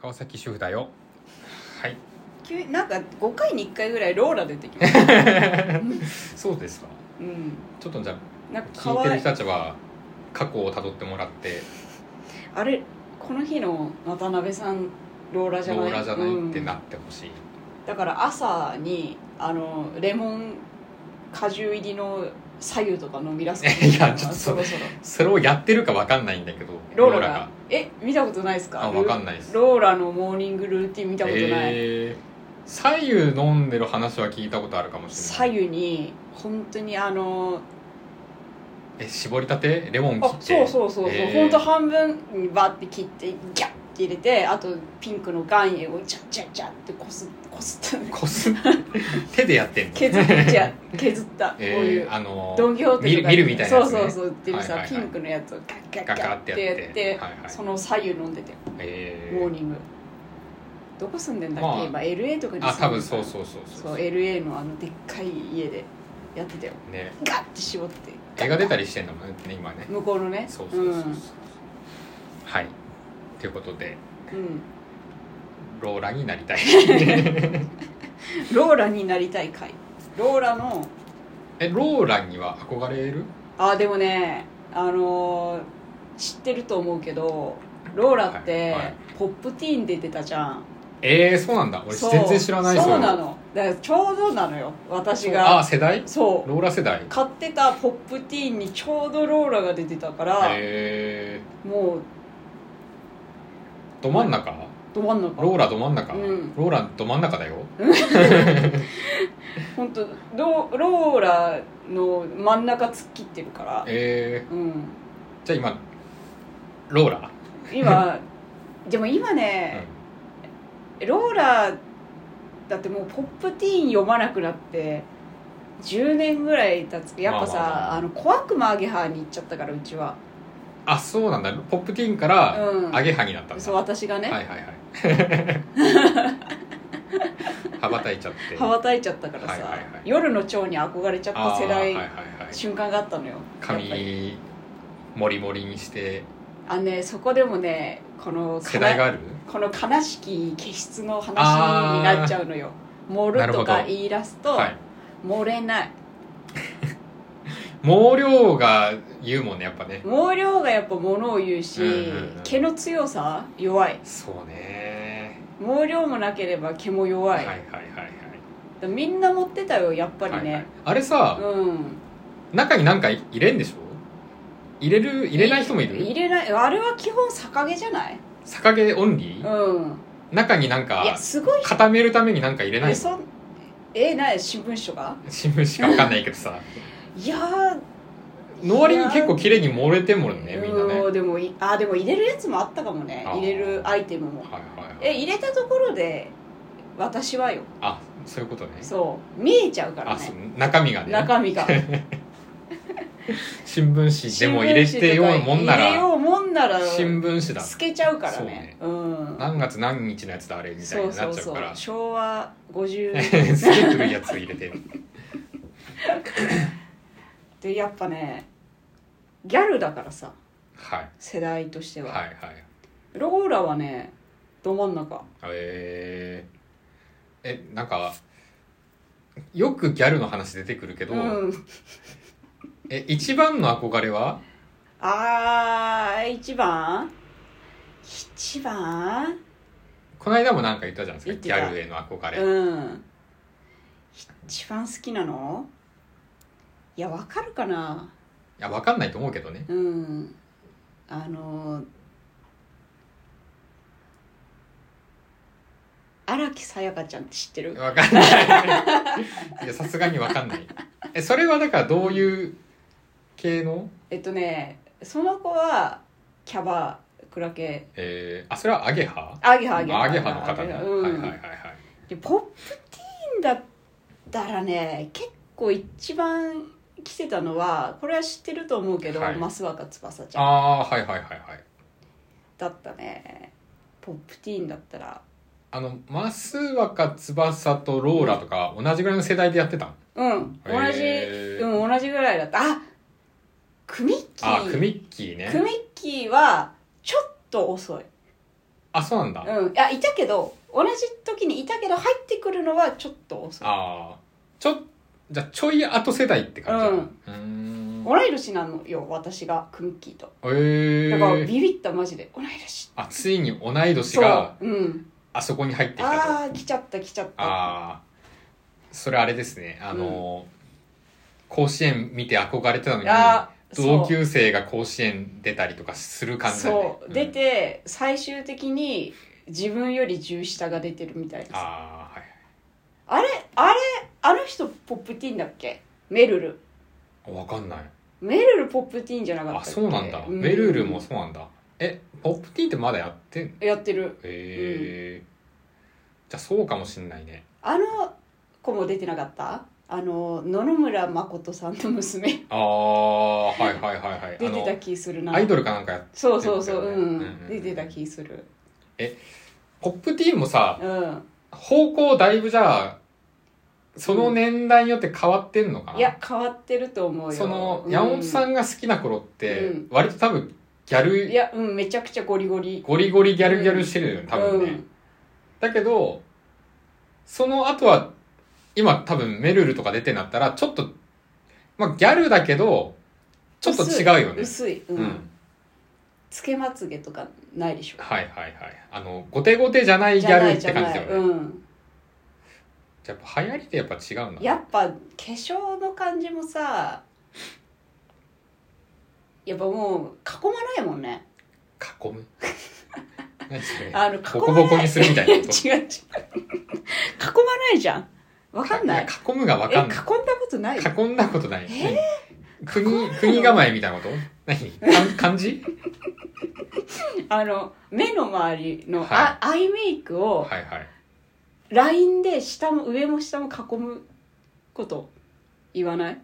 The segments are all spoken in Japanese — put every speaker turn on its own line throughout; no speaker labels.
川崎主婦だよはい
急になんか5回に1回ぐらいローラ出 てきます
そうですか
うん
ちょっとじゃ
なん
あ
かか
聞い
わ
てる
いい
人たちは過去をたどってもらって
あれこの日の渡辺さんローラじゃ
ロ
ない
ーラじゃないってな
うん
ってほしい、
だから朝にあのレモン果汁入りの左右とか飲み出すかもしれない
やちょっとそ
そ
れ
ろそろ
それをやってるかわかんないんだけど
ローラがえ見たことないですか
あわかんないです
ローラのモーニングルーティン見たことない、
えー左右飲んでる話は聞いたことあるかもしれな
左
い
右に本当にあの
え絞りたてレモン切っ
あ
て
そうそうそうそう、
えー
本当半分にバッて切ってギャッて入れてあとピンクの岩塩をジャッジャッジャッってこすこすった
こす手でやってんの
削っちゃ 削ったこうい
え
う
ー、あの
ドン・キホーテと
見る
か
見るみたいなやつね
そうそうそうっていうさ、
はいはいはい
ピンクのやつをガッガッ
ガ
ガ
ガ
ッ
って
て
や
や
って
って
はいはい
その左右飲んでて
えー
モーニングどこ住んでんだっけ、
まあ
今 LA とかに住んでる
あ多分そうそうそう
そう LA のあのでっかい家でやってたよ
ね
ガッて絞って
映画出たりしてんだもんね今ね
向こうのね
そうそうそうそう、
ん
はいということで
うん
ローラになりたい
ローラになりたい会ローラの
えローラには憧れる
あでもねあのー知ってると思うけどローラって、
はいはい
ポップティーンで出てたじゃん
えー、そうなんだ俺
そう
全然知らない
そう
い
な
の
のだからちょうどなのよ私
あ
が
世代
そう
ローラ世代
買ってたポップティーンにちょうどローラが出てたから、
え
もう
ー、ど真ん中
ど真ん中
ローラど真ん中、
うん
ローラど真ん中だよ
本当ロローラの真ん中突っ切ってるから、
え
うん、
ー、じゃあ今ローラ、
今でも今
うん
ね、ローラだってもうポップティーン読まなくなって10年ぐらい経つけどやっぱさ、
まあ
あ
まあまあ
の小悪魔アゲハに行っちゃったからうちは
あそうなんだポップティーンから
うん
アゲハになったんだ、
そう私がね、
はいはいはい 羽ばたいちゃって
羽ばたいちゃったからさ、
はいはいはい
夜の蝶に憧れちゃった
あ
世代、
ーはいはいはい
瞬間があったのよやっぱり
髪モリモリにして
あのねそこでもねこの
世代がある
この悲しき気質の話になっちゃう のよ盛ると
なる
か
ほど
言い出すと、
はい
盛れない
毛量が言うもんねやっぱね
毛量がやっぱ物を言うし、
うんうんうん
毛の強さ弱い
そうね
毛量もなければ毛も
は
弱
い
い、
はいはいはい
みんな持ってたよやっぱりね、
はいはいあれさ、
うん
中に何か入れんでしょ入れる入れない人もいる
入れないあれは基本逆毛じゃない
逆毛オンリー、
うん
中になん
いや
か
すごい
固めるために何か入れない
え
の
そんえない新聞紙とか
新聞しかわかんないけどさ
いやー
の割に結構綺麗に漏れてんもんねみんなね
うんでもいあでも入れるやつもあったかもね
あー
入れるアイテムも
はいはいはい
え入れたところで私はよ
あそういうことね
そう見えちゃうから
あそう
ね
中身がね
中 身が
新聞紙でも入れてようもんな
入れ
ら
ようもんなら
新聞紙だ
透けちゃうから
そう
ね
ね
うん
何月何日のやつだあれみたい
そう
にな
そ
っ
う
ちゃう
そ
か
う
ら
昭和 50
すげえ古いやつ入れてる
でやっぱねギャルだからさ
はい
世代として
はい
は、
はい
ローラはねど真ん中
えー、えなんかよくギャルの話出てくるけど、
うん
え一番の憧れは
あー一番一番
この間もなんか言ったじゃないですかギ
言って
ャ
た
ルへの憧れ、
うん一番好きなのいやわかるかない
やわかんないと思うけどね
うんあの荒木さやかちゃんって知ってる
わかんないいやさすがにわかんないえそれはだからどういう系の
えっとねその子はキャバクラ系
えー、あそれはアゲハ
アゲハアゲハ
アゲハの方ね、
うん
はいはいはいはい
でポップティーンだったらね結構一番来てたのはこれは知ってると思うけど、
はい
増若翼ちゃん
ああーはいはいはいはい
だったねポップティーンだったら
あの増若翼とローラとか同じぐらいの世代でやってたの
うん同じ、
へー
うん同じぐらいだったあクミッキー
あクミッキーね
クミッキーはちょっと遅い
あそうなんだ、あ
うんいやいたけど同じ時にいたけど入ってくるのはちょっと遅い
あーちょじゃあちょい後世代って感じだうーん
同い年なのよ私がクミッキーと
え
だから
ー、
ビビったマジで同い年
あついに同い年
そ
が
ううん
あそこに入ってきたとあ
ああ来ちゃった来ちゃった
あーそれあれですねあのー、甲子園見て憧れてたのに
あーそう
同級生が甲子園出たりとかする感じだね
そう出、て最終的に自分より重下が出てるみたいで
うん
すあ
ああはい
れあれあの人ポップティーンだっけメルル
わかんない
メルルポップティーンじゃなかった
あ
っけ
そうなんだ、メルールもそうなんだえポップティーンってまだやってんの
やってる
ええじゃあそうかもしんないね
あの子も出てなかったあの野々村誠さんの娘
ああはいはいはいはい
出てた
あ
気するな
のアイドルかなんかや
そうそうそう、
出てたよね
うん、
うんうん
出てた気する
ポップティーンもさ
うん
方向だいぶじゃあその年代によって変わってんのかな、
いや変わってると思うよ
その山本さ
ん、
んが好きな頃って
うん
割と多分ギャ
い
ル
やうんめちゃくちゃゴリゴリ
ゴリゴリギャルギャルしてるよね多分ね、だけどその後は今多分メルルとか出てなったらちょっとまあギャルだけどちょっと違うよね
薄い、う
うんん
つけまつげとかないでしょ
はいはいはいあの後手後手じゃないギャルって感じだよねじゃ
ないうん、
あやっぱ流行りってやっぱ違うんだ
やっぱ化粧の感じもさやっぱもう囲まないもんね
囲 む何それ
あの囲
ボコ
まない
ボコにするみたいなこと
違う違う囲まないじゃんわかんない
や囲むが分
え囲
か
ん
ん
だ
な
ことない
い囲んだことない、
え
国国構えみたいなこと何かん漢字
あの目の周りの、
はい
あアイメイクを
はいはい
ラインで下も上も下も囲むこと言わない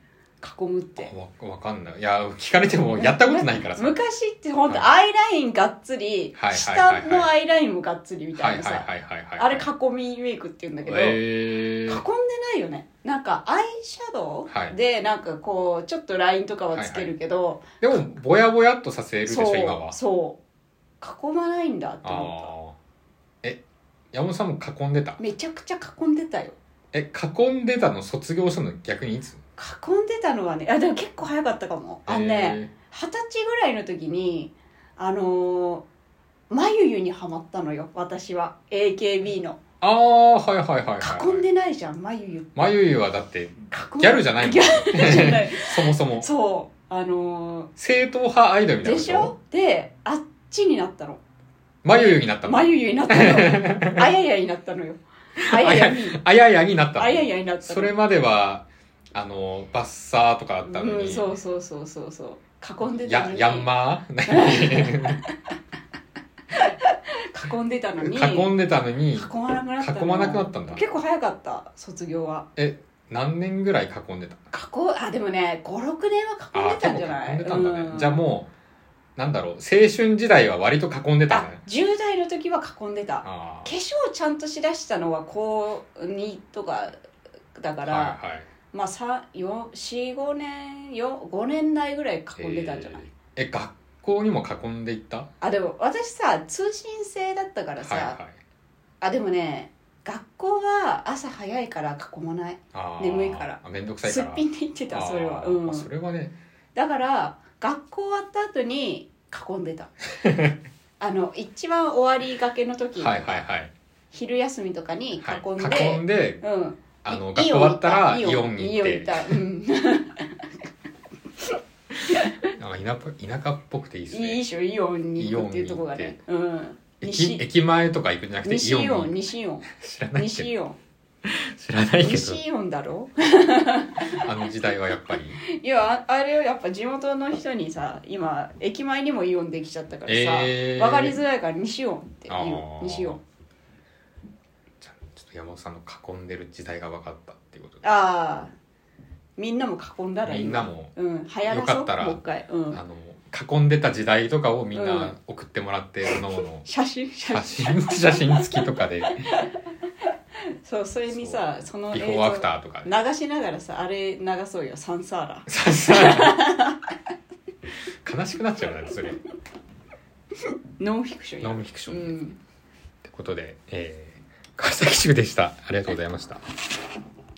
囲むって
わわかんないいや聞かれてもやったことないからさ
昔って本当
は
アイラインがっつり、
はいはいはいは
下
い
のアイラインもがっつりみた
はい
い
は
ないさ、
はいはいはい
あれ囲みメイクって言うんだけど、
え
囲んで
ー、
ないよねなんかアイシャド
はい
ウでなんかこうちょっとラインとかはつけるけど、
でもぼやぼやっとさせるでしょ今は
そうそう囲まないんだって思
あ
っ
あえ山本さんも囲んでた
ためちゃくちゃ囲んでたよ
え囲んでたの卒業したの逆にいつ
囲んでたのはねあでも結構早かったかもあのね二十歳ぐらいの時にあのー、眉毛にはまったのよ私は AKB の
えーああはいはいはいはい
囲んでないじゃん眉毛囲ん
まゆゆはだってギャルじゃないもん
ギャルじゃない
そもそも
そうあの
正統派アイドル
ー、
みたいな
で
こと
しょであっちになったの
まゆゆになったの
眉毛になっ たのあややになったのよあややに
あややになったの
あややになったの
それまではあのバッサーとかあったのに、
うん、そうそうそうそうそう囲んでた
や
のに
ヤンマ
囲んでたのに
ー囲んでたのに
囲まなくなったの
囲まなくなったんだ
結構早かった卒業は
何年ぐらい囲んでた
囲うあでもね56年は
あ
囲
あ
んでたんじゃない
結構囲んでたんだね、
うん
じゃあもうなんだろう青春時代は割と囲んでた
あ
ね
10代の時は囲んでた化
ああ
粧をちゃんとしだしたのは高2とかだから、
はいはい
まあ45年5年内ぐらい囲んでたんじゃない、
えーえ学校にも囲んでいったは
あでも私さ通信制だったか
い
らさ、
はい
あでもね学校は朝早いから囲まない
ああ
眠いから
あめんどくさい
す
か
っ
ら
ぴんで言ってたそれは、
ああ
うん、
それはね
だから学校終わった後に囲 んでたあの一番終わりがけの時、
はいはいはい
昼休みとかに囲んで、
はい、囲んで
うん
あの
い
学校終わったらイ
イ
オンに行っ
イオン
て
たうん、
なんか田舎田舎っぽくていいです
いいで
ね
しょイオンに行くっていうところがね、うん、
駅
西
駅前とか行くんじゃなくて
西
イ
イ
オ
オ
ン
ン
に
西イオン
知ら ない
西
け
イ
ど
オン
知らないけど
西イオンだろ
あの時代はやっぱり
いやああれをやっぱ地元の人にさ今駅前にもイオンできちゃったからさ、
えー
分かりづらいから西イオンって言
あ
う
ー
西イオン
ちょっと山本さんの囲んでる時代が分かったっていうことで
ああみんなも囲んだらいい
みんなも
うん、流行ら
よ
そう
かったら
もう一回、うん、
あの囲んでた時代とかをみん
うん
な送ってもらっておのおの
写真写
写
真
真写真付きと かで
そうそれにさその
ビ
映
フ
像
ォーアフターとかで
流しながらさあれ流そうよサンサーラ
ささ悲しくなっちゃうなそれ
ノンフィクションや
ノンフィクション
うん
ことで、えー、川崎塾でした。ありがとうございました。